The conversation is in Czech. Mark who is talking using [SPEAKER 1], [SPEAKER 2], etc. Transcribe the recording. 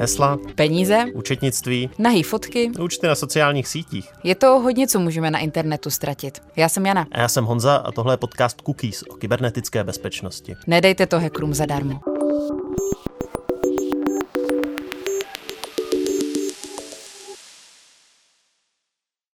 [SPEAKER 1] Hesla,
[SPEAKER 2] Peníze,
[SPEAKER 1] účetnictví,
[SPEAKER 2] nahý fotky,
[SPEAKER 1] účty na sociálních sítích.
[SPEAKER 2] je to hodně, co můžeme na internetu ztratit. Já jsem Jana.
[SPEAKER 1] A já jsem Honza a tohle je podcast Cookies o kybernetické bezpečnosti.
[SPEAKER 2] Nedejte to hackerům zadarmo.